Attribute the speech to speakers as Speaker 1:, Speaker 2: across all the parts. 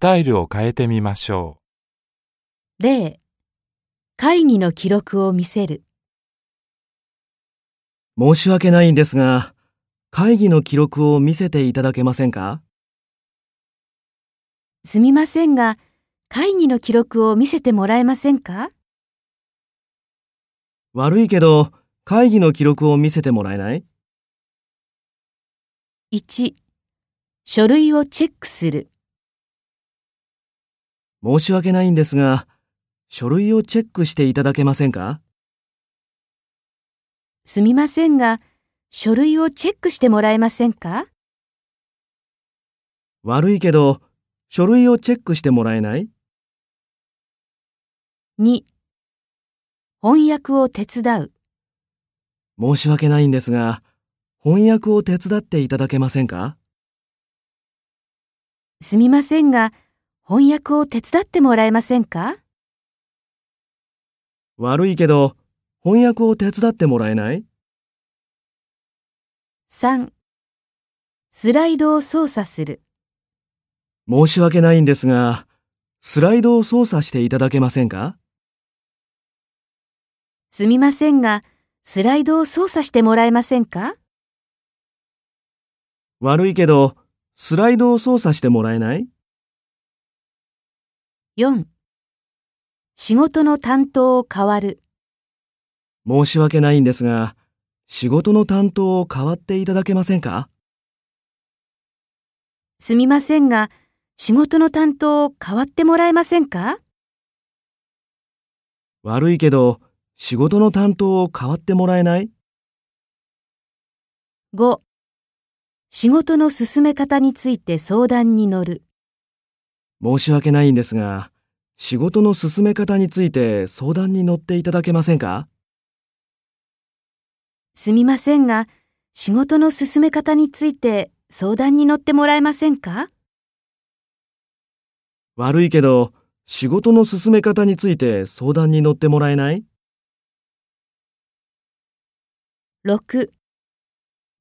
Speaker 1: タイルを変えてみましょ
Speaker 2: 0会議の記録を見せる
Speaker 3: 申し訳ないんですが、会議の記録を見せていただけませんか
Speaker 2: すみませんが会議の記録を見せてもらえませんか
Speaker 3: 悪いけど、会議の記録を見せてもらえない
Speaker 2: 1書類をチェックする
Speaker 3: 申し訳ないんですが、書類をチェックしていただけませんか
Speaker 2: すみませんが書類をチェックしてもらえませんか
Speaker 3: 悪いけど、書類をチェックしてもらえない
Speaker 2: 2翻訳を手伝う
Speaker 3: 申し訳ないんですが、翻訳を手伝っていただけませんか
Speaker 2: すみませんが翻訳を手伝ってもらえませんか
Speaker 3: 悪いけど、翻訳を手伝ってもらえない
Speaker 2: 3スライドを操作する
Speaker 3: 申し訳ないんですが、スライドを操作していただけませんか
Speaker 2: すみませんがスライドを操作してもらえませんか
Speaker 3: 悪いけど、スライドを操作してもらえない
Speaker 2: 4仕事の担当を変わる
Speaker 3: 申し訳ないんですが、仕事の担当を代わっていただけませんか
Speaker 2: すみませんが仕事の担当を変わってもらえませんか
Speaker 3: 悪いけど、仕事の担当を代わってもらえない
Speaker 2: 5仕事の進め方について相談に乗る
Speaker 3: 申し訳ないんですが、仕事の進め方について相談に乗っていただけませんか
Speaker 2: すみませんが仕事の進め方について相談に乗ってもらえませんか
Speaker 3: 悪いけど、仕事の進め方について相談に乗ってもらえない
Speaker 2: 6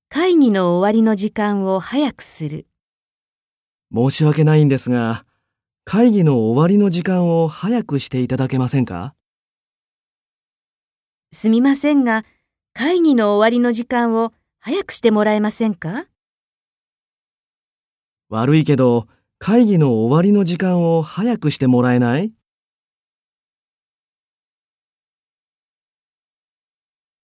Speaker 2: 会議の終わりの時間を早くする
Speaker 3: 申し訳ないんですが、会議の終わりの時間を早くしていただけませんか
Speaker 2: すみませんが会議の終わりの時間を早くしてもらえませんか
Speaker 3: 悪いけど、会議の終わりの時間を早くしてもらえない